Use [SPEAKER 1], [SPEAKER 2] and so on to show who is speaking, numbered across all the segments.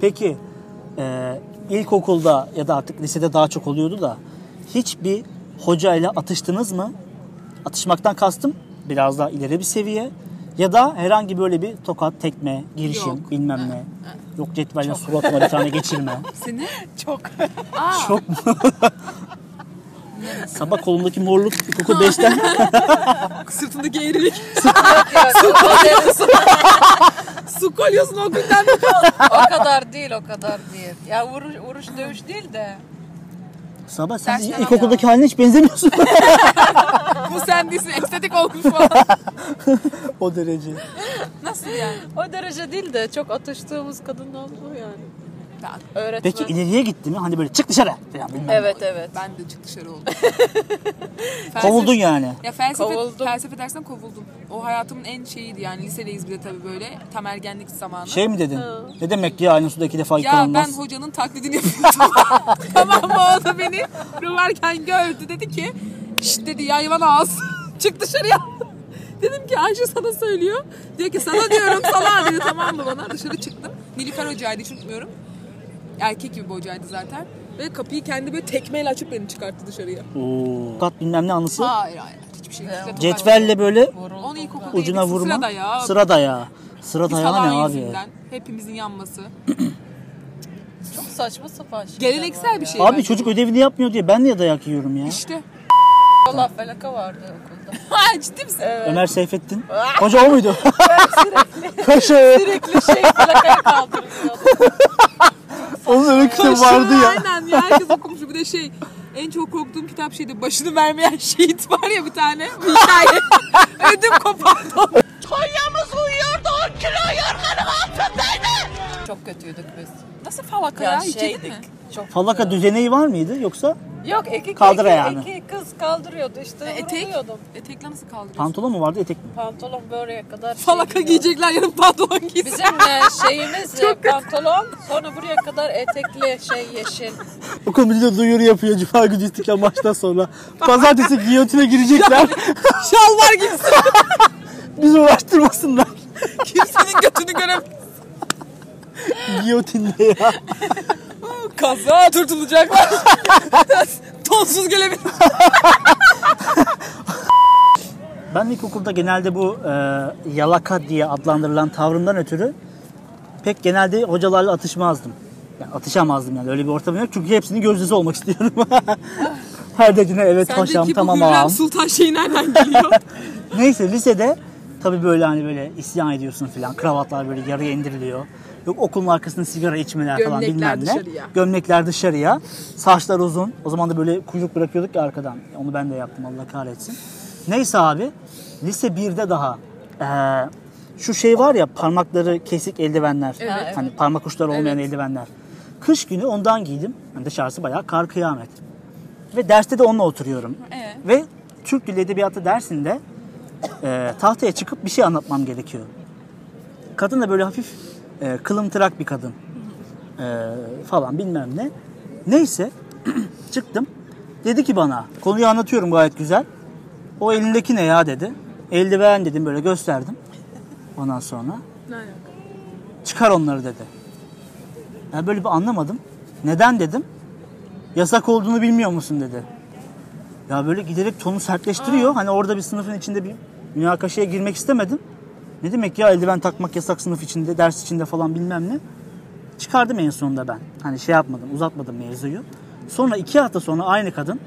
[SPEAKER 1] Peki e, ilkokulda ya da artık lisede daha çok oluyordu da hiçbir hocayla atıştınız mı? Atışmaktan kastım biraz daha ileri bir seviye ya da herhangi böyle bir tokat, tekme, girişim
[SPEAKER 2] Yok.
[SPEAKER 1] bilmem ne. Yok cetvelle suratıma bir tane geçirme.
[SPEAKER 2] Seni
[SPEAKER 3] Çok.
[SPEAKER 1] Çok mu? Sabah kolumdaki morluk ilkokul 5'ten
[SPEAKER 3] Sırtındaki eğrilik.
[SPEAKER 2] o,
[SPEAKER 3] Su kolyosunu o günden beri
[SPEAKER 2] o kadar değil o kadar değil. Ya vuruş, vuruş dövüş değil de.
[SPEAKER 1] Sabah sen
[SPEAKER 2] Dersten
[SPEAKER 1] ilkokuldaki haline hiç benzemiyorsun.
[SPEAKER 3] bu sen değilsin. Estetik olmuş falan.
[SPEAKER 1] o derece.
[SPEAKER 3] Nasıl yani?
[SPEAKER 2] O derece değil de çok atıştığımız kadın oldu yani.
[SPEAKER 3] Ben,
[SPEAKER 2] Öğretmen.
[SPEAKER 1] Peki ileriye gitti mi? Hani böyle çık dışarı. falan bilmem ne.
[SPEAKER 2] Evet evet.
[SPEAKER 3] ben de çık dışarı oldum.
[SPEAKER 1] Kovuldun yani.
[SPEAKER 3] Ya felsefe,
[SPEAKER 2] Kovuldum.
[SPEAKER 3] felsefe dersinden kovuldum. O hayatımın en şeyiydi yani. Lisedeyiz bir de tabii böyle. Tam ergenlik zamanı.
[SPEAKER 1] Şey mi dedin? Ne demek ya aynı suda iki defa
[SPEAKER 3] ya ben
[SPEAKER 1] yıkanılmaz.
[SPEAKER 3] hocanın taklidini yapıyordum. tamam mı o da beni röverken gördü. Dedi ki şşt dedi ya hayvan ağız. Çık dışarıya. Dedim ki Ayşe sana söylüyor. Diyor ki sana diyorum sana dedi tamam mı bana. Dışarı çıktım. Nilüfer hocaydı hiç unutmuyorum. Erkek gibi bir hocaydı zaten. Ve kapıyı kendi böyle tekmeyle açıp beni çıkarttı dışarıya.
[SPEAKER 1] Oo. Kat bilmem ne anısı.
[SPEAKER 3] Hayır hayır. Hiçbir şey. Bize tokat-
[SPEAKER 1] Cetvelle böyle
[SPEAKER 3] Onu ilkokulda
[SPEAKER 1] ucuna
[SPEAKER 3] yedik,
[SPEAKER 1] vurma.
[SPEAKER 3] Sıra da ya.
[SPEAKER 1] Sıra dayağı. Sıra
[SPEAKER 3] Biz
[SPEAKER 1] dayağı ne
[SPEAKER 3] falan
[SPEAKER 1] abi?
[SPEAKER 3] yüzünden. Hepimizin yanması.
[SPEAKER 2] Çok saçma sapan şey.
[SPEAKER 3] Geleneksel bir şey.
[SPEAKER 1] Abi
[SPEAKER 3] bence.
[SPEAKER 1] çocuk ödevini yapmıyor diye ben niye dayak yiyorum ya?
[SPEAKER 3] İşte.
[SPEAKER 2] Allah felaka vardı okulda.
[SPEAKER 3] Ha ciddi misin?
[SPEAKER 1] Ömer Seyfettin. Hoca o muydu? Kaşı.
[SPEAKER 2] Sürekli şey felakaya kaldırılıyordu.
[SPEAKER 1] Onun öyle kitabı
[SPEAKER 3] Taşın,
[SPEAKER 1] vardı ya.
[SPEAKER 3] Aynen ya herkes okumuştu. Bir de şey en çok korktuğum kitap şeydi. Başını vermeyen şehit var ya bir tane. Bir hikaye. Ödüm kopardı. Konya'mız uyuyordu 10 kilo yorganım altındaydı.
[SPEAKER 2] Çok kötüydük biz.
[SPEAKER 3] Nasıl falaka ya? şey
[SPEAKER 2] Ya
[SPEAKER 3] İkili mi?
[SPEAKER 2] şeydik. Çok
[SPEAKER 1] Falaka düzeneği var mıydı yoksa?
[SPEAKER 2] Yok iki,
[SPEAKER 1] Kaldır
[SPEAKER 2] iki,
[SPEAKER 1] ayağını.
[SPEAKER 2] iki kız kaldırıyordu işte.
[SPEAKER 3] E, Etek.
[SPEAKER 2] vuruluyordum.
[SPEAKER 3] Etekle nasıl kaldırıyorsun?
[SPEAKER 1] Pantolon mu vardı etek mi?
[SPEAKER 2] Pantolon böreğe kadar. şey
[SPEAKER 3] Falaka
[SPEAKER 2] giyiyordu.
[SPEAKER 3] giyecekler yarın pantolon giysin.
[SPEAKER 2] Bizim e, şeyimiz e, pantolon sonra buraya kadar etekli şey yeşil.
[SPEAKER 1] Okul müdürü duyuru yapıyor Cuma günü istiklal maçtan sonra. Pazartesi giyotine girecekler.
[SPEAKER 3] Şalvar giysin.
[SPEAKER 1] Bizi uğraştırmasınlar.
[SPEAKER 3] Kimsenin götünü göremez.
[SPEAKER 1] Giyotinde ya.
[SPEAKER 3] Kaza turtulacaklar. Tonsuz gelebilir.
[SPEAKER 1] Ben ilkokulda genelde bu e, yalaka diye adlandırılan tavrımdan ötürü pek genelde hocalarla atışmazdım. Yani atışamazdım yani öyle bir ortam yok. Çünkü hepsinin gözdesi olmak istiyorum. Her dediğine evet paşam
[SPEAKER 3] Sendeki bu
[SPEAKER 1] tamam
[SPEAKER 3] Hürrem
[SPEAKER 1] ağam.
[SPEAKER 3] Sultan şeyi nereden geliyor?
[SPEAKER 1] Neyse lisede tabii böyle hani böyle isyan ediyorsun filan. Kravatlar böyle yarıya indiriliyor. Yok okulun arkasında sigara içmeler falan
[SPEAKER 3] Gömlekler
[SPEAKER 1] bilmem ne.
[SPEAKER 3] dışarıya.
[SPEAKER 1] Gömlekler dışarıya. Saçlar uzun. O zaman da böyle kuyruk bırakıyorduk ya arkadan. Onu ben de yaptım Allah kahretsin. Neyse abi lise 1'de daha eee, şu şey var ya parmakları kesik eldivenler.
[SPEAKER 2] Evet.
[SPEAKER 1] Hani parmak uçları olmayan
[SPEAKER 3] Evet.
[SPEAKER 1] eldivenler. Kış günü ondan giydim. Hani dışarısı bayağı kar kıyamet. Ve derste de onunla oturuyorum.
[SPEAKER 3] Ee?
[SPEAKER 1] Ve Türk Dili Edebiyatı dersinde e, tahtaya çıkıp bir şey anlatmam gerekiyor. Kadın da böyle hafif e, kılımtırak bir kadın. E, falan bilmem ne. Neyse çıktım. Dedi ki bana konuyu anlatıyorum gayet güzel. O elindeki ne ya dedi. Eldiven dedim böyle gösterdim. Ondan sonra çıkar onları dedi. Ben böyle bir anlamadım. Neden dedim. Yasak olduğunu bilmiyor musun dedi. Ya böyle giderek tonu sertleştiriyor. Hani orada bir sınıfın içinde bir münakaşaya girmek istemedim. Ne demek ya eldiven takmak yasak sınıf içinde, ders içinde falan bilmem ne. Çıkardım en sonunda ben. Hani şey yapmadım, uzatmadım mevzuyu. Sonra iki hafta sonra aynı kadın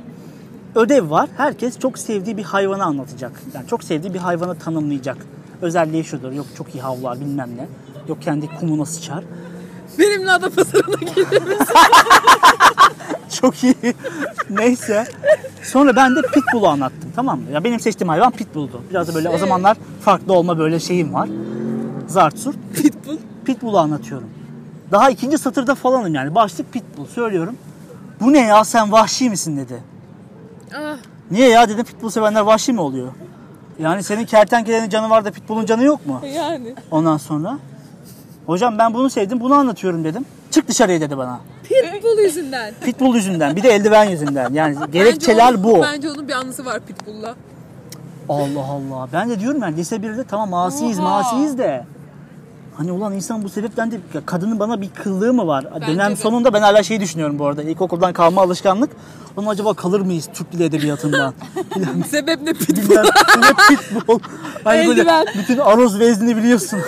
[SPEAKER 1] ödev var. Herkes çok sevdiği bir hayvanı anlatacak. Yani çok sevdiği bir hayvanı tanımlayacak. Özelliği şudur. Yok çok iyi havlar bilmem ne. Yok kendi kumuna sıçar.
[SPEAKER 3] Benimle Adapazarı'na gelir misin?
[SPEAKER 1] Çok iyi. Neyse. Sonra ben de pitbull'u anlattım tamam mı? Ya benim seçtiğim hayvan pitbull'du. Biraz da böyle o zamanlar farklı olma böyle şeyim var. Zart surt.
[SPEAKER 3] Pitbull.
[SPEAKER 1] Pitbull'u anlatıyorum. Daha ikinci satırda falanım yani. Başlık pitbull söylüyorum. Bu ne ya sen vahşi misin dedi.
[SPEAKER 3] Ah.
[SPEAKER 1] Niye ya dedim pitbull sevenler vahşi mi oluyor? Yani senin kertenkelenin canı var da pitbull'un canı yok mu?
[SPEAKER 3] Yani.
[SPEAKER 1] Ondan sonra hocam ben bunu sevdim bunu anlatıyorum dedim. Çık dışarıya dedi bana.
[SPEAKER 3] Pitbull yüzünden.
[SPEAKER 1] Pitbull yüzünden bir de eldiven yüzünden. Yani gerekçeler
[SPEAKER 3] Bence onun-
[SPEAKER 1] bu.
[SPEAKER 3] Bence onun bir anısı var Pitbull'la.
[SPEAKER 1] Allah Allah. Ben de diyorum yani lise 1'de tamam asiyiz
[SPEAKER 3] Oha.
[SPEAKER 1] masiyiz de. Hani ulan insan bu sebepten de ya kadının bana bir kıllığı mı var?
[SPEAKER 3] Bence
[SPEAKER 1] Dönem
[SPEAKER 3] de.
[SPEAKER 1] sonunda ben hala şey düşünüyorum bu arada. İlkokuldan kalma alışkanlık. Onun acaba kalır mıyız Türk Dili Edebiyatı'ndan?
[SPEAKER 3] Sebep ne pitbull?
[SPEAKER 1] Bilmem ne pitbull. Hani böyle
[SPEAKER 3] Eldiven.
[SPEAKER 1] bütün aroz vezni biliyorsun.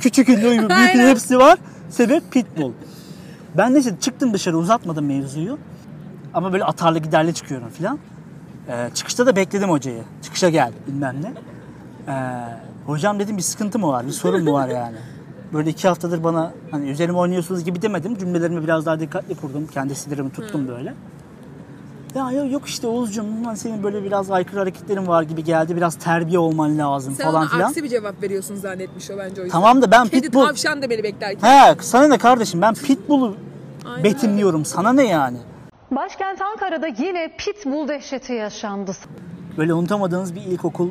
[SPEAKER 1] Küçük ünlü uyumu, büyük ünlü
[SPEAKER 3] Aynen.
[SPEAKER 1] hepsi var. Sebep pitbull. Ben neyse çıktım dışarı uzatmadım mevzuyu. Ama böyle atarlı giderli çıkıyorum filan. Ee, çıkışta da bekledim hocayı. Çıkışa gel bilmem ne. Ee, hocam dedim bir sıkıntı mı var, bir sorun mu var yani? Böyle iki haftadır bana hani üzerime oynuyorsunuz gibi demedim. Cümlelerimi biraz daha dikkatli kurdum. Kendi sinirimi
[SPEAKER 3] Hmm.
[SPEAKER 1] tuttum böyle. Ya yo- yok işte Oğuzcuğum lan senin böyle biraz aykırı hareketlerin var gibi geldi. Biraz terbiye olman lazım
[SPEAKER 3] Sen
[SPEAKER 1] falan
[SPEAKER 3] ona
[SPEAKER 1] filan.
[SPEAKER 3] aksi bir cevap veriyorsun zannetmiş o bence o yüzden.
[SPEAKER 1] Tamam da ben
[SPEAKER 3] Kedi
[SPEAKER 1] pitbull...
[SPEAKER 3] tavşan da beni beklerken.
[SPEAKER 1] He sana ne kardeşim ben pitbull'u
[SPEAKER 3] Aynen
[SPEAKER 1] betimliyorum. Sana ne yani?
[SPEAKER 4] Başkent Ankara'da yine pitbull dehşeti yaşandı.
[SPEAKER 1] Böyle unutamadığınız bir ilkokul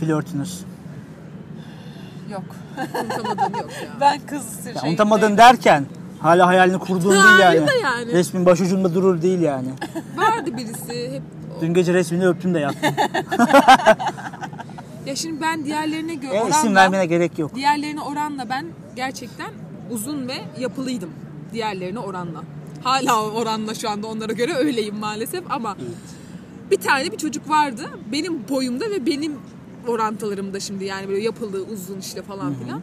[SPEAKER 1] flörtünüz.
[SPEAKER 2] Yok.
[SPEAKER 3] Unutamadığım yok ya.
[SPEAKER 2] Ben kız
[SPEAKER 1] Ya,
[SPEAKER 2] şey.
[SPEAKER 1] unutamadın derken hala hayalini kurduğun değil
[SPEAKER 3] Hayır
[SPEAKER 1] yani.
[SPEAKER 3] da yani.
[SPEAKER 1] Resmin başucunda durur değil yani.
[SPEAKER 3] Vardı birisi hep
[SPEAKER 1] Dün gece resmini öptüm de yattım.
[SPEAKER 3] Ya şimdi ben diğerlerine göre
[SPEAKER 1] E,
[SPEAKER 3] oranla,
[SPEAKER 1] isim vermene gerek yok.
[SPEAKER 3] diğerlerine oranla ben gerçekten uzun ve yapılıydım. Diğerlerine oranla. Hala oranla şu anda onlara göre öyleyim maalesef ama bir tane bir çocuk vardı benim boyumda ve benim orantılarımda şimdi yani böyle yapılı uzun işte falan filan.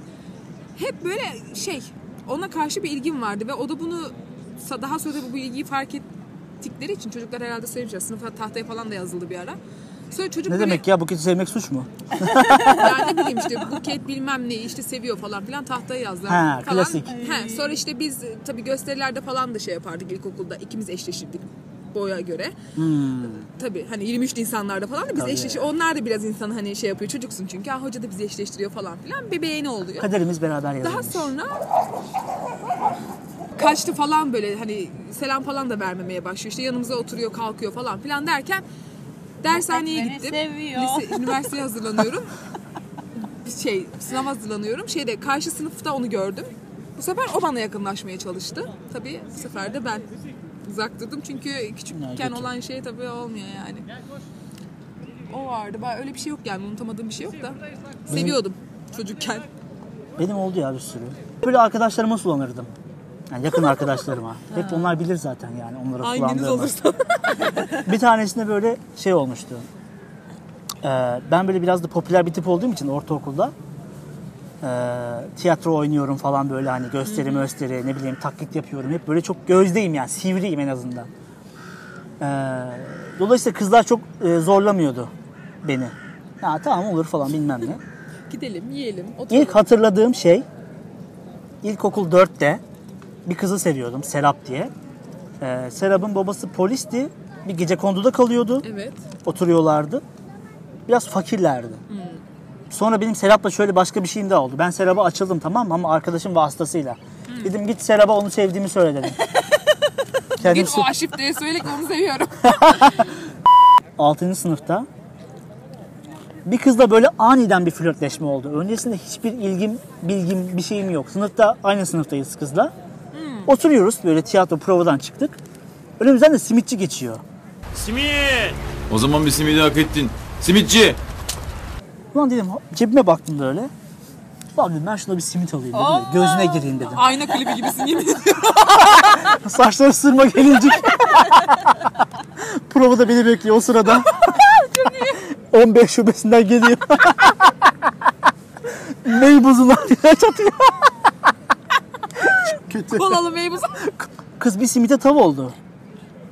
[SPEAKER 3] Hep böyle şey ona karşı bir ilgim vardı ve o da bunu sa- daha sonra tabii bu ilgiyi fark ettikleri için çocuklar herhalde söylemişler sınıfa tahtaya falan da yazıldı bir ara. Sonra çocuk
[SPEAKER 1] Ne
[SPEAKER 3] böyle-
[SPEAKER 1] demek ya buketi sevmek suç mu?
[SPEAKER 3] yani ne bileyim işte buket bilmem neyi işte seviyor falan filan tahtaya yazdılar
[SPEAKER 1] Ha,
[SPEAKER 3] falan.
[SPEAKER 1] klasik.
[SPEAKER 3] He, sonra işte biz e, tabii gösterilerde falan da şey yapardık ilkokulda ikimiz eşleşirdik boya göre. Tabii hani 23 Nisanlarda falan da biz
[SPEAKER 1] Hmm. Tabii.
[SPEAKER 3] eşleşir. Onlar da biraz insanı hani şey yapıyor çocuksun çünkü. Ha, hoca da bizi eşleştiriyor falan filan. Bir beğeni oluyor.
[SPEAKER 1] Kaderimiz beraber yazılmış.
[SPEAKER 3] Daha sonra kaçtı falan böyle hani selam falan da vermemeye başlıyor. İşte yanımıza oturuyor kalkıyor falan filan derken dershaneye
[SPEAKER 2] Beni
[SPEAKER 3] gittim.
[SPEAKER 2] seviyor.
[SPEAKER 3] Lise, üniversiteye hazırlanıyorum. Bir şey sınava hazırlanıyorum. Şeyde karşı sınıfta onu gördüm. Bu sefer o bana yakınlaşmaya çalıştı. Tabii bu sefer de ben uzak durdum. Çünkü
[SPEAKER 1] Ne
[SPEAKER 3] küçükken
[SPEAKER 1] kötü.
[SPEAKER 3] olan şey tabii olmuyor yani. O vardı. Ben öyle bir şey yok yani unutamadığım bir şey yok da. Seviyordum çocukken.
[SPEAKER 1] Benim oldu ya bir sürü. Böyle arkadaşlarıma sulanırdım. Yani yakın arkadaşlarıma. Hep onlar bilir zaten yani onlara
[SPEAKER 3] Hanginiz
[SPEAKER 1] sulandığımı.
[SPEAKER 3] olursa.
[SPEAKER 1] Bir tanesinde böyle şey olmuştu. Ee, ben böyle biraz da popüler bir tip olduğum için ortaokulda ee, tiyatro oynuyorum falan böyle hani gösteri gösteri ne bileyim taklit yapıyorum. Hep böyle çok gözdeyim yani sivriyim en azından. Ee, dolayısıyla kızlar çok e, zorlamıyordu beni. Ha tamam olur falan bilmem ne.
[SPEAKER 3] Gidelim, yiyelim, oturalım.
[SPEAKER 1] İlk hatırladığım şey ilkokul 4'te bir kızı seviyordum Serap diye. Ee, Serap'ın babası polisti. Bir gece konduda kalıyordu.
[SPEAKER 3] Evet.
[SPEAKER 1] Oturuyorlardı. Biraz fakirlerdi. Sonra benim Serap'la şöyle başka bir şeyim daha oldu. Ben Serap'a açıldım tamam mı ama arkadaşım vasıtasıyla. Dedim git Serap'a onu sevdiğimi söyle dedim.
[SPEAKER 3] Git
[SPEAKER 1] Kendim
[SPEAKER 3] o şey- aşif diye söyle ki onu seviyorum.
[SPEAKER 1] 6. sınıfta bir kızla böyle aniden bir flörtleşme oldu. Öncesinde hiçbir ilgim, bilgim, bir şeyim yok. Sınıfta aynı sınıftayız kızla. Oturuyoruz böyle tiyatro provadan çıktık. Önümüzden de simitçi geçiyor.
[SPEAKER 5] O zaman bir simidi hak ettin. Simitçi!
[SPEAKER 1] Ulan dedim cebime baktım böyle. Ulan dedim ben şuna bir simit alayım dedim. de Gözüne gireyim dedim.
[SPEAKER 3] Ayna klibi gibisin yemin ediyorum.
[SPEAKER 1] Saçları sırma gelincik. Provada beni bekliyor o sırada. 15 şubesinden geliyor. Meybuz'un diye çatıyor. Çok kötü.
[SPEAKER 3] Kolalı meyve
[SPEAKER 1] Kız bir simite tav oldu.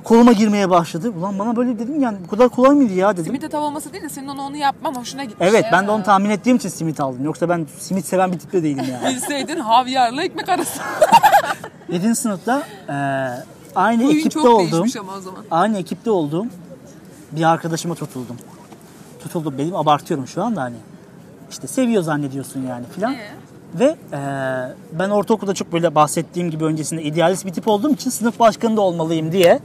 [SPEAKER 1] Koluma girmeye başladı. Ulan bana böyle dedim yani bu kadar kolay mıydı ya dedim.
[SPEAKER 3] Simit şey de tav olması değil de senin onu onu yapman hoşuna gitmiş.
[SPEAKER 1] Evet ben de onu tahmin ettiğim için simit aldım. Yoksa ben simit seven bir tip de değilim yani.
[SPEAKER 3] Bilseydin havyarla ekmek arası.
[SPEAKER 1] 7. sınıfta eee, aynı
[SPEAKER 3] Oyun
[SPEAKER 1] ekipte
[SPEAKER 3] çok
[SPEAKER 1] olduğum
[SPEAKER 3] değişmiş ama o zaman.
[SPEAKER 1] aynı ekipte olduğum bir arkadaşıma tutuldum. Tutuldum benim abartıyorum şu anda hani. İşte seviyor zannediyorsun yani filan.
[SPEAKER 3] Ee?
[SPEAKER 1] Ve eee, ben ortaokulda çok böyle bahsettiğim gibi öncesinde idealist bir tip olduğum için sınıf başkanı da olmalıyım diye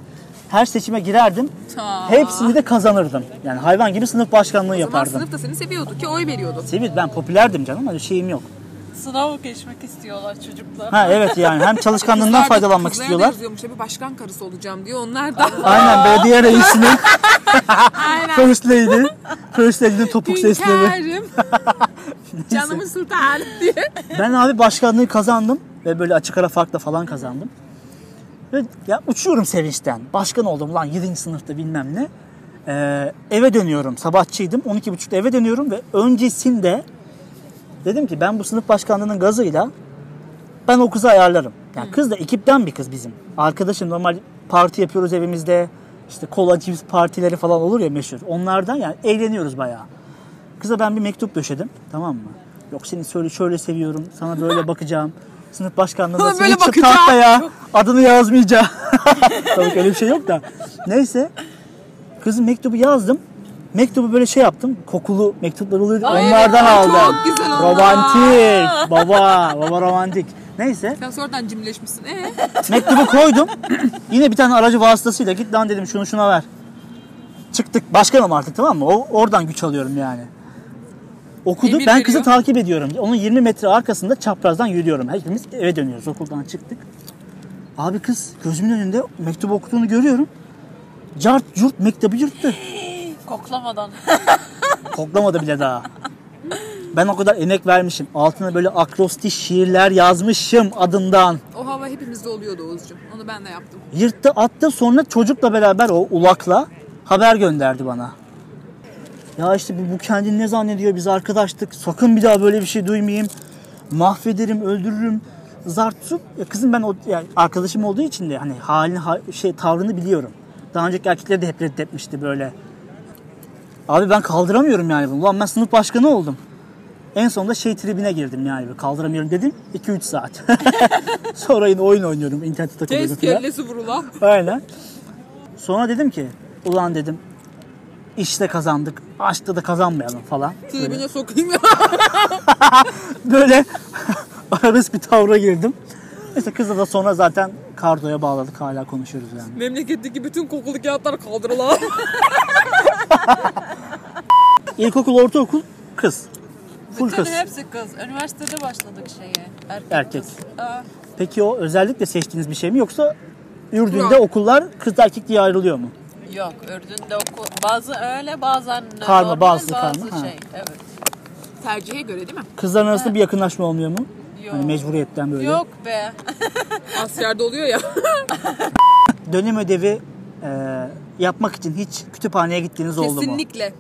[SPEAKER 1] her seçime girerdim.
[SPEAKER 3] Ta.
[SPEAKER 1] Hepsini de kazanırdım. Yani hayvan gibi sınıf başkanlığı
[SPEAKER 3] O zaman
[SPEAKER 1] yapardım.
[SPEAKER 3] sınıf da seni seviyordu ki oy veriyordu.
[SPEAKER 1] Sevil ben popülerdim canım hani şeyim yok.
[SPEAKER 2] Sınav geçmek istiyorlar çocuklar.
[SPEAKER 1] Ha evet yani hem çalışkanlığından
[SPEAKER 3] Kızlar da-
[SPEAKER 1] faydalanmak
[SPEAKER 3] kızlara da
[SPEAKER 1] istiyorlar.
[SPEAKER 3] yazıyormuş tabii başkan karısı olacağım diyor. Onlar da
[SPEAKER 1] Aynen belediye reisinin first lady, first lady'nin topuk sesleri.
[SPEAKER 3] hünkârım. Canımın sultanı diye.
[SPEAKER 1] Ben abi başkanlığı kazandım ve böyle açık ara farkla falan kazandım. Ve ya uçuyorum sevinçten. Başkan oldum lan 7. sınıfta bilmem ne. Ee, eve dönüyorum. Sabahçıydım. 12.30'da eve dönüyorum ve öncesinde dedim ki ben bu sınıf başkanlığının gazıyla ben o kızı ayarlarım. Yani kız da ekipten bir kız bizim. Arkadaşım normal parti yapıyoruz evimizde. İşte kola cips partileri falan olur ya meşhur. Onlardan yani eğleniyoruz bayağı. Kıza ben bir mektup döşedim. Tamam mı? Yok seni şöyle şöyle seviyorum. Sana böyle bakacağım. Sınıf başkanlığında
[SPEAKER 3] Sana
[SPEAKER 1] seni
[SPEAKER 3] böyle
[SPEAKER 1] çıt
[SPEAKER 3] bakacağım.
[SPEAKER 1] tahtaya adını yazmayacağım. Tabii ki öyle bir şey yok da. Neyse. Kızın mektubu yazdım. Mektubu böyle şey yaptım. Kokulu mektuplar oluyor. Onlardan
[SPEAKER 3] çok
[SPEAKER 1] aldım.
[SPEAKER 3] güzel onlar.
[SPEAKER 1] romantik. Baba. Baba romantik. Neyse.
[SPEAKER 3] Sen sonradan cimleşmişsin. Ee?
[SPEAKER 1] Mektubu koydum. Yine bir tane aracı vasıtasıyla git lan dedim şunu şuna ver. Çıktık. Başkanım artık tamam mı? O, oradan güç alıyorum yani. Okudu.
[SPEAKER 3] Emir
[SPEAKER 1] ben kızı
[SPEAKER 3] veriyor.
[SPEAKER 1] takip ediyorum. Onun 20 metre arkasında çaprazdan yürüyorum. Hepimiz eve dönüyoruz. Okuldan çıktık. Abi kız gözümün önünde mektubu okuduğunu görüyorum. Cart yurt mektubu yırttı.
[SPEAKER 2] Koklamadan.
[SPEAKER 1] Koklamadı bile daha. Ben o kadar emek vermişim. Altına böyle akrostiş şiirler yazmışım adından.
[SPEAKER 3] O hava hepimizde oluyordu Oğuzcuğum. Onu ben de yaptım.
[SPEAKER 1] Yırttı attı sonra çocukla beraber o ulakla haber gönderdi bana. Ya işte bu, bu kendini ne zannediyor biz arkadaştık. Sakın bir daha böyle bir şey duymayayım. Mahvederim, öldürürüm. Zart zup. Ya Kızım ben o yani arkadaşım olduğu için de hani halini ha- şey tavrını biliyorum. Daha önceki erkekleri de hep reddetmişti böyle. Abi ben kaldıramıyorum yani bunu. Ulan ben sınıf başkanı oldum. En sonunda şey tribine girdim yani. Böyle Kaldıramıyorum dedim. 2-3 saat. Sonra yine oyun oynuyorum. internette takılıyorum
[SPEAKER 3] Tez
[SPEAKER 1] falan.
[SPEAKER 3] kellesi vurulan.
[SPEAKER 1] Aynen. Sonra dedim ki ulan dedim işte kazandık. Aşkta da kazanmayalım falan.
[SPEAKER 3] Tribüne sokayım ya.
[SPEAKER 1] Böyle arabesk bir tavra girdim. Neyse kızla da sonra zaten kardoya bağladık hala konuşuyoruz yani.
[SPEAKER 3] Memleketteki bütün kokulu kağıtlar kaldırılan.
[SPEAKER 1] İlkokul, ortaokul kız. Full
[SPEAKER 2] Bütün
[SPEAKER 1] kız.
[SPEAKER 2] hepsi kız. Üniversitede başladık şeye. Erkek.
[SPEAKER 1] Erkek.
[SPEAKER 2] Aa,
[SPEAKER 1] Peki o özellikle seçtiğiniz bir şey mi yoksa Ürdün'de
[SPEAKER 3] Yok.
[SPEAKER 1] okullar kız erkek diye ayrılıyor mu?
[SPEAKER 2] yok. Ürdün'de oku. Bazı öyle bazen
[SPEAKER 1] Karma,
[SPEAKER 2] normal,
[SPEAKER 1] bazı
[SPEAKER 2] bazı
[SPEAKER 1] karma, ha.
[SPEAKER 2] şey. Evet.
[SPEAKER 3] Tercihe göre değil mi?
[SPEAKER 1] Kızların arasında bir yakınlaşma olmuyor mu?
[SPEAKER 2] Ee, Yok.
[SPEAKER 1] Hani mecburiyetten böyle.
[SPEAKER 2] Yok be.
[SPEAKER 3] Asyer'de oluyor ya.
[SPEAKER 1] Dönem ödevi e, yapmak için hiç kütüphaneye gittiğiniz oldu mu?
[SPEAKER 3] Kesinlikle.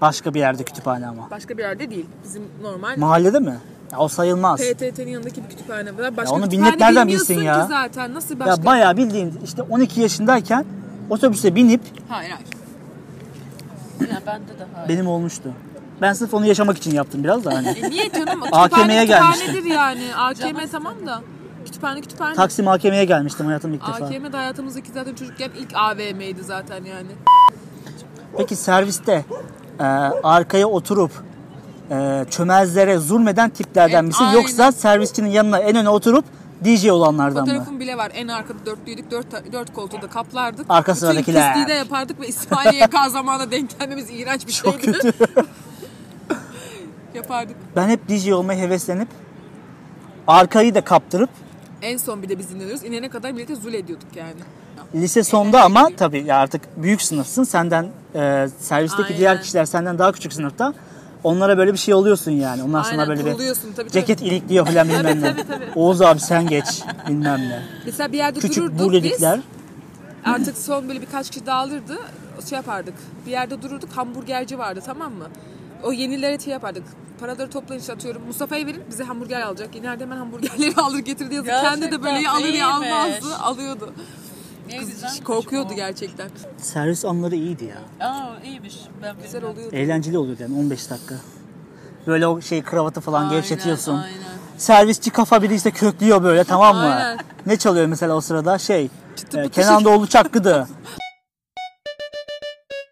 [SPEAKER 1] Başka bir yerde kütüphane ama.
[SPEAKER 3] Başka bir yerde değil. Bizim normal
[SPEAKER 1] Mahallede mi? Ya o sayılmaz.
[SPEAKER 3] PTT'nin yanındaki bir kütüphane var. Başka
[SPEAKER 1] Ya onu
[SPEAKER 3] kütüphane
[SPEAKER 1] millet nereden
[SPEAKER 3] bilmiyorsun
[SPEAKER 1] bilsin ya?
[SPEAKER 3] ki zaten. Nasıl başka?
[SPEAKER 1] Ya bayağı bildiğin işte 12 yaşındayken otobüse binip
[SPEAKER 3] Hayır hayır.
[SPEAKER 2] Ya bende de hayır.
[SPEAKER 1] benim olmuştu. Ben sırf onu yaşamak için yaptım biraz da hani.
[SPEAKER 3] E niye canım?
[SPEAKER 1] AKM'ye
[SPEAKER 3] Kütüphane kütüphanedir
[SPEAKER 1] gelmiştim.
[SPEAKER 3] yani. AKM tamam da. Kütüphane kütüphane.
[SPEAKER 1] Taksim AKM'ye gelmiştim hayatım ilk defa.
[SPEAKER 3] AKM de hayatımızdaki zaten çocukken ilk AVM'ydi zaten yani.
[SPEAKER 1] Peki serviste e, arkaya oturup e, çömezlere zulmeden tiplerden
[SPEAKER 3] E,
[SPEAKER 1] misin?
[SPEAKER 3] aynen.
[SPEAKER 1] Yoksa servisçinin yanına en öne oturup DJ olanlardan mı?
[SPEAKER 3] Fotoğrafım bile var. En arkada dörtlüydük. Dört, dört koltuğu da kaplardık.
[SPEAKER 1] Arka
[SPEAKER 3] Bütün
[SPEAKER 1] sıradakiler.
[SPEAKER 3] pisliği de yapardık ve İsmail YK zamanında denk gelmemiz iğrenç bir
[SPEAKER 1] Çok
[SPEAKER 3] şeydi.
[SPEAKER 1] kötü.
[SPEAKER 3] yapardık.
[SPEAKER 1] ben hep DJ olmaya heveslenip arkayı da kaptırıp
[SPEAKER 3] En son bir de biz dinleniyoruz. İnene kadar millete zul ediyorduk yani.
[SPEAKER 1] Lise sonda ama tabii ya artık büyük sınıfsın. Senden e, servisteki
[SPEAKER 3] Aynen.
[SPEAKER 1] diğer kişiler senden daha küçük sınıfta. Onlara böyle bir şey oluyorsun yani. Onlar sana
[SPEAKER 3] Aynen,
[SPEAKER 1] böyle bir
[SPEAKER 3] kuruluyorsun tabii, tabii.
[SPEAKER 1] ceket ilikliyor falan bilmem ne. Oğuz abi sen geç bilmem ne.
[SPEAKER 3] Mesela bir yerde
[SPEAKER 1] Küçük
[SPEAKER 3] dururduk
[SPEAKER 1] bulelikler.
[SPEAKER 3] biz. Artık son böyle birkaç kişi dağılırdı. Şey yapardık. Bir yerde dururduk. Hamburgerci vardı tamam mı? O yenilere şey yapardık. Paraları toplayın işte atıyorum. Mustafa'ya verin bize hamburger alacak. Yener'de hemen hamburgerleri alır getirdi yazdı. Kendi de böyle ya alır ya
[SPEAKER 2] Gerçekten,
[SPEAKER 3] almazdı.
[SPEAKER 2] iyiymiş.
[SPEAKER 3] Alıyordu.
[SPEAKER 2] Ne
[SPEAKER 3] Kız
[SPEAKER 2] güzelmiş
[SPEAKER 3] korkuyordu
[SPEAKER 2] o.
[SPEAKER 3] gerçekten.
[SPEAKER 1] Servis anları iyiydi ya.
[SPEAKER 2] Aa iyiymiş. Ben
[SPEAKER 3] Güzel
[SPEAKER 2] bilmem.
[SPEAKER 3] oluyordu.
[SPEAKER 1] Eğlenceli oluyordu yani 15 dakika. Böyle o şey kravatı falan
[SPEAKER 3] Aynen,
[SPEAKER 1] gevşetiyorsun.
[SPEAKER 3] aynen.
[SPEAKER 1] Servisçi kafa biri işte köklüyor böyle tamam mı?
[SPEAKER 3] Aynen.
[SPEAKER 1] Ne çalıyor mesela o sırada? Şey.
[SPEAKER 3] Çıtı
[SPEAKER 1] e,
[SPEAKER 3] pıtı
[SPEAKER 1] Kenan
[SPEAKER 3] şey.
[SPEAKER 1] Doğulu çakkıdı.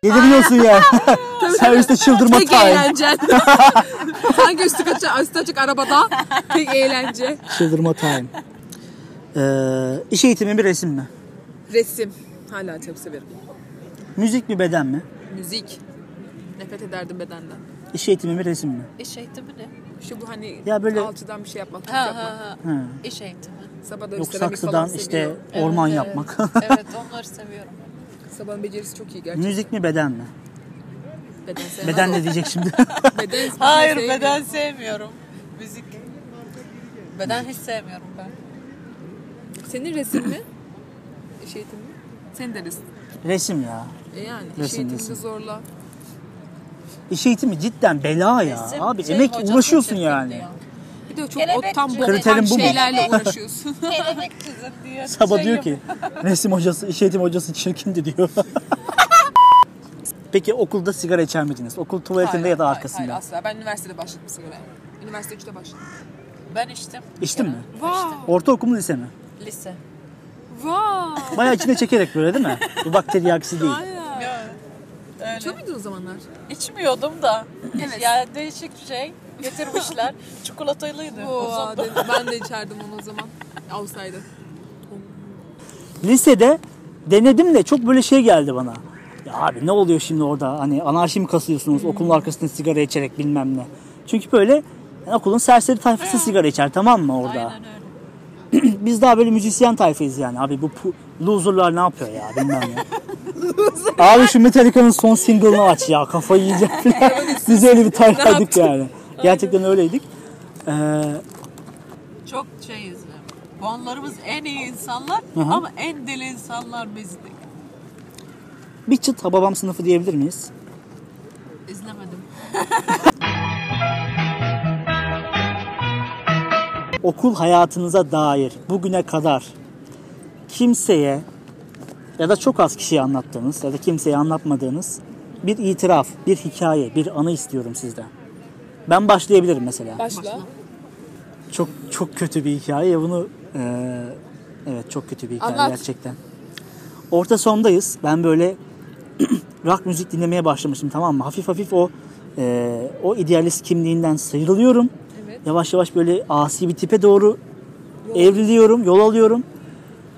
[SPEAKER 1] Deliriyorsun ya. Serviste çıldırma
[SPEAKER 3] Tek
[SPEAKER 1] time.
[SPEAKER 3] eğlence. Sanki üstü kaçak, üstü açık arabada. Tek eğlence.
[SPEAKER 1] Çıldırma time. Ee, iş eğitimi bir resim mi?
[SPEAKER 3] Resim. Hala çok severim.
[SPEAKER 1] Müzik bir beden mi?
[SPEAKER 3] Müzik. Nefret ederdim bedenden.
[SPEAKER 1] İş eğitimi bir resim mi?
[SPEAKER 2] İş eğitimi ne?
[SPEAKER 3] Şu bu hani
[SPEAKER 1] Ya böyle-
[SPEAKER 3] alçıdan bir şey yapmak.
[SPEAKER 2] Ha
[SPEAKER 3] yapmak.
[SPEAKER 2] ha ha. İş eğitimi.
[SPEAKER 3] Sabah da
[SPEAKER 1] Yok
[SPEAKER 3] üstelik falan
[SPEAKER 1] saksıdan işte
[SPEAKER 3] seviyor.
[SPEAKER 1] orman
[SPEAKER 2] Evet,
[SPEAKER 1] yapmak.
[SPEAKER 2] Evet, evet onları seviyorum.
[SPEAKER 3] Sabahın becerisi çok iyi gerçekten.
[SPEAKER 1] Müzik mi beden mi?
[SPEAKER 3] Beden sevmez.
[SPEAKER 1] Beden ne diyecek şimdi?
[SPEAKER 3] Beden şey
[SPEAKER 2] Hayır
[SPEAKER 3] sevmiyor.
[SPEAKER 2] beden sevmiyorum. Müzik. Beden hiç sevmiyorum ben.
[SPEAKER 3] Senin resim mi? İş eğitimi mi? Senin de resim.
[SPEAKER 1] Resim ya.
[SPEAKER 3] E yani iş
[SPEAKER 1] Resim,
[SPEAKER 3] eğitimini
[SPEAKER 1] resim.
[SPEAKER 3] zorla.
[SPEAKER 1] İş eğitimi cidden bela ya.
[SPEAKER 2] Resim,
[SPEAKER 1] Abi
[SPEAKER 2] şey,
[SPEAKER 1] emek
[SPEAKER 2] hocam
[SPEAKER 1] uğraşıyorsun
[SPEAKER 2] çok
[SPEAKER 1] yani.
[SPEAKER 2] çirkin
[SPEAKER 3] Bir de çok
[SPEAKER 2] Kelebek
[SPEAKER 3] ottan
[SPEAKER 2] cüce.
[SPEAKER 1] Kriterim
[SPEAKER 3] boktan
[SPEAKER 1] bu mu?
[SPEAKER 3] şeylerle uğraşıyorsun.
[SPEAKER 2] diyor. Kelebek kızı diyor.
[SPEAKER 1] Sabah
[SPEAKER 2] Şey
[SPEAKER 1] diyor
[SPEAKER 2] yok.
[SPEAKER 1] ki resim hocası, iş eğitim hocası çirkindi diyor. Peki okulda sigara içer miydiniz? Okul tuvaletinde
[SPEAKER 3] Hayır,
[SPEAKER 1] ya da
[SPEAKER 3] hayır,
[SPEAKER 1] arkasında.
[SPEAKER 3] Hayır, asla. Ben üniversitede başladım sigaraya. Üniversite 3'te başladım.
[SPEAKER 2] Ben içtim.
[SPEAKER 1] İçtin mi?
[SPEAKER 3] Vay!
[SPEAKER 1] Ortaokul mu lise mi?
[SPEAKER 2] Lise.
[SPEAKER 3] Vay!
[SPEAKER 1] Bayağı içine çekerek böyle değil mi? Bu bakteri aksi değil.
[SPEAKER 3] Aynen.
[SPEAKER 2] Öyle.
[SPEAKER 3] Çok muydu o zamanlar?
[SPEAKER 2] İçmiyordum da.
[SPEAKER 3] Evet.
[SPEAKER 2] Yani değişik bir şey. Getirmişler. Çikolatalıydı.
[SPEAKER 3] Oo,
[SPEAKER 2] Uzun.
[SPEAKER 3] de- ben de içerdim onu o zaman. Olsaydı.
[SPEAKER 1] Lisede denedim de çok böyle şey geldi bana. Ya abi ne oluyor şimdi orada? Hani anarşi mi
[SPEAKER 2] Hmm.
[SPEAKER 1] kasıyorsunuz okulun arkasında sigara içerek bilmem ne. Çünkü böyle yani okulun serseri tayfası sigara içer tamam mı orada?
[SPEAKER 2] Aynen öyle.
[SPEAKER 1] Biz daha böyle müzisyen tayfayız yani. Abi bu pu- loserlar ne yapıyor ya bilmem ne. Abi şu Metallica'nın son single'ını aç ya kafayı yiyeceğim falan. Biz öyle bir tayfaydık yani. Gerçekten öyleydik. Ee,
[SPEAKER 2] Çok şeyiz. Puanlarımız en iyi insanlar
[SPEAKER 1] Hı hı.
[SPEAKER 2] ama en deli insanlar bizdik.
[SPEAKER 1] bir çıt babam sınıfı diyebilir miyiz?
[SPEAKER 2] İzlemedim.
[SPEAKER 1] okul hayatınıza dair bugüne kadar kimseye ya da çok az kişiye anlattığınız ya da kimseye anlatmadığınız bir itiraf, bir hikaye, bir anı istiyorum sizden. Ben başlayabilirim mesela.
[SPEAKER 3] Başla.
[SPEAKER 1] Çok çok kötü bir hikaye ya bunu e, evet çok kötü bir hikaye
[SPEAKER 3] Anlat.
[SPEAKER 1] gerçekten. Orta sondayız. Ben böyle rock müzik dinlemeye başlamıştım tamam mı? Hafif hafif o e, o idealist kimliğinden sıyrılıyorum.
[SPEAKER 3] Evet.
[SPEAKER 1] Yavaş yavaş böyle asi bir tipe doğru evriliyorum, yol alıyorum.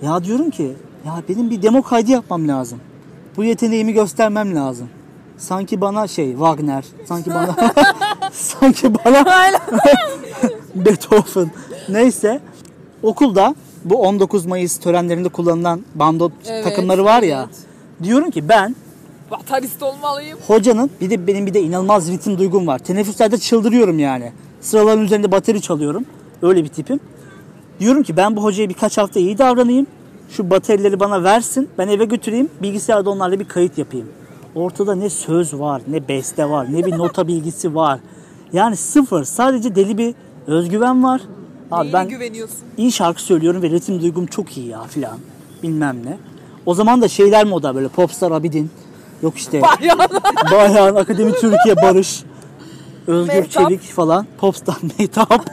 [SPEAKER 1] Ya diyorum ki ya benim bir demo kaydı yapmam lazım. Bu yeteneğimi göstermem lazım. Sanki bana şey Wagner, sanki bana sanki bana Beethoven. Neyse okulda bu 19 Mayıs törenlerinde kullanılan bandot
[SPEAKER 3] Evet,
[SPEAKER 1] takımları var ya.
[SPEAKER 3] evet.
[SPEAKER 1] Diyorum ki ben
[SPEAKER 3] Batarist olmalıyım.
[SPEAKER 1] hocanın bir de benim bir de inanılmaz ritim duygum var. Teneffüslerde çıldırıyorum yani. Sıraların üzerinde bateri çalıyorum. Öyle bir tipim. Diyorum ki ben bu hocaya birkaç hafta iyi davranayım. Şu baterileri bana versin. Ben eve götüreyim. Bilgisayarda onlarla bir kayıt yapayım. Ortada ne söz var, ne beste var, ne bir nota bilgisi var. Yani sıfır. Sadece deli bir özgüven var. Abi
[SPEAKER 3] Neyine
[SPEAKER 1] ben
[SPEAKER 3] güveniyorsun?
[SPEAKER 1] iyi şarkı söylüyorum ve ritim duygum çok iyi ya filan. Bilmem ne. O zaman da şeyler moda böyle popstar Abidin. Yok işte. Bayan Akademi Türkiye Barış. Özgür
[SPEAKER 3] Mehtap.
[SPEAKER 1] Çelik falan. Popstar Mehtap.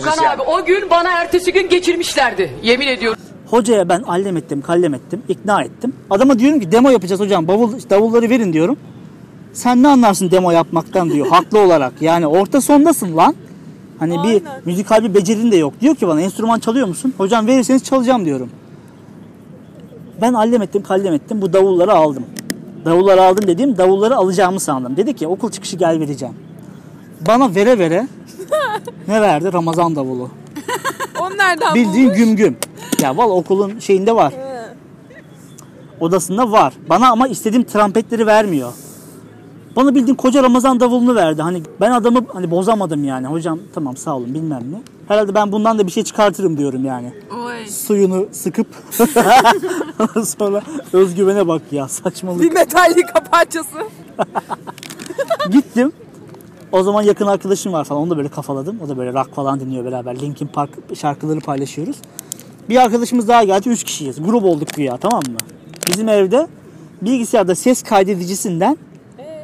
[SPEAKER 6] Okan abi o gün bana ertesi gün geçirmişlerdi. Yemin ediyorum.
[SPEAKER 1] Hocaya ben allem ettim, kallem ettim, ikna ettim. Adama diyorum ki demo yapacağız hocam, bavul, davulları verin diyorum. Sen ne anlarsın demo yapmaktan diyor haklı olarak. Yani orta sondasın lan. Hani bir müzikal bir becerin de yok. Diyor ki bana enstrüman çalıyor musun? Hocam verirseniz çalacağım diyorum. Ben allem ettim, kallem ettim. Bu davulları aldım. Davulları aldım dediğim davulları alacağımı sandım. Dedi ki okul çıkışı gel vereceğim. Bana vere vere ne verdi? Ramazan davulu.
[SPEAKER 3] Onu nereden buldun?
[SPEAKER 1] Bildiğin güm güm. Ya valla okulun şeyinde var. Odasında var. Bana ama istediğim trampetleri vermiyor. Bana bildiğin koca Ramazan davulunu verdi. Hani ben adamı hani bozamadım yani. Hocam tamam sağ olun bilmem ne. Herhalde ben bundan da bir şey çıkartırım diyorum yani.
[SPEAKER 3] Oy.
[SPEAKER 1] Suyunu sıkıp sonra özgüvene bak ya saçmalık.
[SPEAKER 3] Bir metallika parçası.
[SPEAKER 1] Gittim. O zaman yakın arkadaşım var falan. Onu da böyle kafaladım. O da böyle rock falan dinliyor beraber. Linkin Park şarkıları paylaşıyoruz. Bir arkadaşımız daha geldi. Üç kişiyiz. Grup olduk güya tamam mı? Bizim evde bilgisayarda ses kaydedicisinden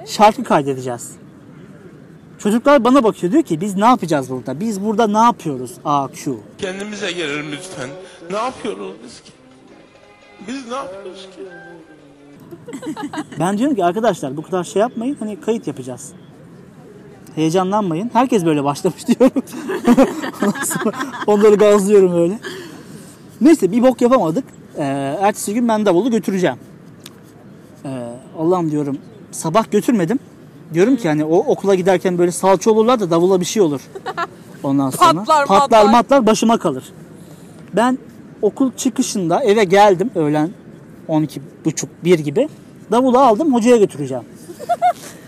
[SPEAKER 1] şarkı kaydedeceğiz. Çocuklar bana bakıyor diyor ki biz ne yapacağız burada? Biz burada ne yapıyoruz? Aa şu.
[SPEAKER 7] Kendimize gelelim lütfen. Ne yapıyoruz biz ki? Biz ne yapıyoruz ki?
[SPEAKER 1] Ben diyorum ki arkadaşlar bu kadar şey yapmayın. Hani kayıt yapacağız. Heyecanlanmayın. Herkes böyle başlamış diyorum. Ondan sonra Onları gazlıyorum öyle. Neyse bir bok yapamadık. Ee, ertesi gün ben davulu götüreceğim. Ee, Allah'ım diyorum sabah götürmedim. Diyorum ki hani o okula giderken böyle salça olurlar da davula bir şey olur. Ondan sonra
[SPEAKER 3] Patlar,
[SPEAKER 1] patlar
[SPEAKER 3] matlar.
[SPEAKER 1] matlar başıma kalır. Ben okul çıkışında eve geldim öğlen 12 buçuk 1 gibi. Davulu aldım hocaya götüreceğim.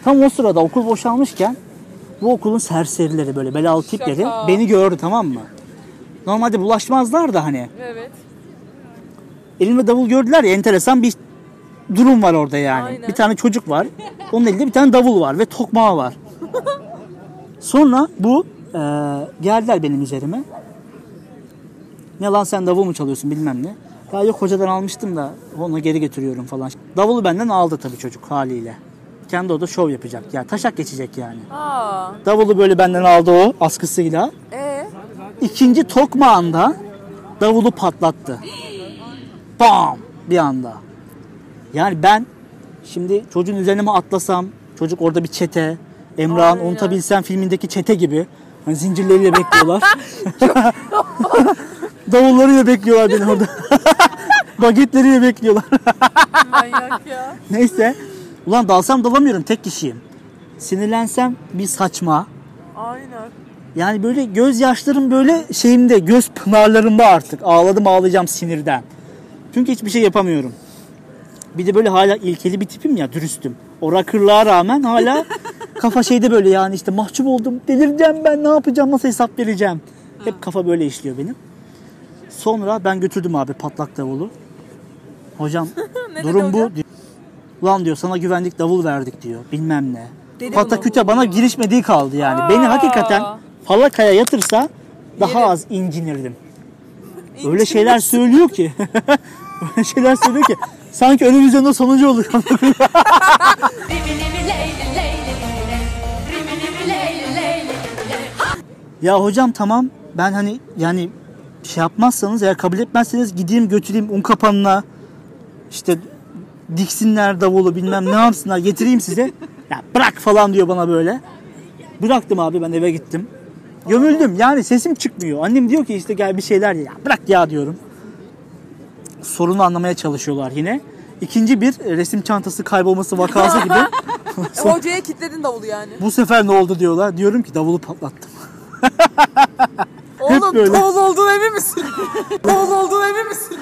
[SPEAKER 1] Tam o sırada okul boşalmışken bu okulun serserileri böyle belalı tipleri
[SPEAKER 3] Şaka.
[SPEAKER 1] beni gördü tamam mı? Normalde bulaşmazlar da hani.
[SPEAKER 3] Evet.
[SPEAKER 1] Elinde davul gördüler ya enteresan bir durum var orada yani.
[SPEAKER 3] Aynen.
[SPEAKER 1] Bir tane çocuk var. Onun elinde bir tane davul var ve tokmağı var. Sonra bu e, geldiler benim üzerime. Ne lan sen davul mu çalıyorsun bilmem ne. Ya yok hocadan almıştım da onu geri götürüyorum falan. Davulu benden aldı tabii çocuk haliyle. Kendi orada şov yapacak. Ya taşak geçecek yani.
[SPEAKER 3] Aa.
[SPEAKER 1] Davulu böyle benden aldı o askısıyla.
[SPEAKER 3] Ee?
[SPEAKER 1] İkinci tokmağında davulu patlattı. Bam! Bir anda. Yani ben şimdi çocuğun üzerine mi atlasam, çocuk orada bir çete, Emrah'ın Unutabilsem filmindeki çete gibi. Hani zincirleriyle bekliyorlar. Davullarıyla bekliyorlar beni orada. Bagetleriyle bekliyorlar.
[SPEAKER 3] Manyak ya.
[SPEAKER 1] Neyse. Ulan dalsam dalamıyorum tek kişiyim. Sinirlensem bir saçma.
[SPEAKER 3] Aynen.
[SPEAKER 1] Yani böyle gözyaşlarım böyle şeyimde, göz pınarlarımda artık. Ağladım ağlayacağım sinirden. Çünkü hiçbir şey yapamıyorum. Bir de böyle hala ilkeli bir tipim ya, dürüstüm. O rakırlığa rağmen hala kafa şeyde böyle yani işte mahcup oldum, delireceğim ben, ne yapacağım, nasıl hesap vereceğim. Hep kafa böyle işliyor benim. Sonra ben götürdüm abi patlak davulu. Hocam durum bu. Ulan diyor sana güvenlik davul verdik diyor bilmem ne.
[SPEAKER 3] Dedi
[SPEAKER 1] Pataküte bana girişmediği kaldı yani. Beni hakikaten falakaya yatırsa daha az incinirdim. Öyle şeyler söylüyor ki. Öyle şeyler söylüyor ki. Sanki önümüzde sonucu olur. Ya hocam tamam ben hani yani şey yapmazsanız eğer kabul etmezseniz gideyim götüreyim un kapanına işte diksinler davulu bilmem ne yapsınlar getireyim size. Ya bırak falan diyor bana böyle. Bıraktım abi ben eve gittim. Gömüldüm yani sesim çıkmıyor. Annem diyor ki işte gel bir şeyler ye. ya bırak ya diyorum. Sorunu anlamaya çalışıyorlar yine. İkinci bir e, resim çantası kaybolması vakası gibi.
[SPEAKER 3] E, hocaya kilitledin davulu yani.
[SPEAKER 1] Bu sefer ne oldu diyorlar. Diyorum ki davulu patlattım.
[SPEAKER 3] Oğlum
[SPEAKER 1] böyle.
[SPEAKER 3] davul olduğunu emin misin? davul olduğunu emin misin?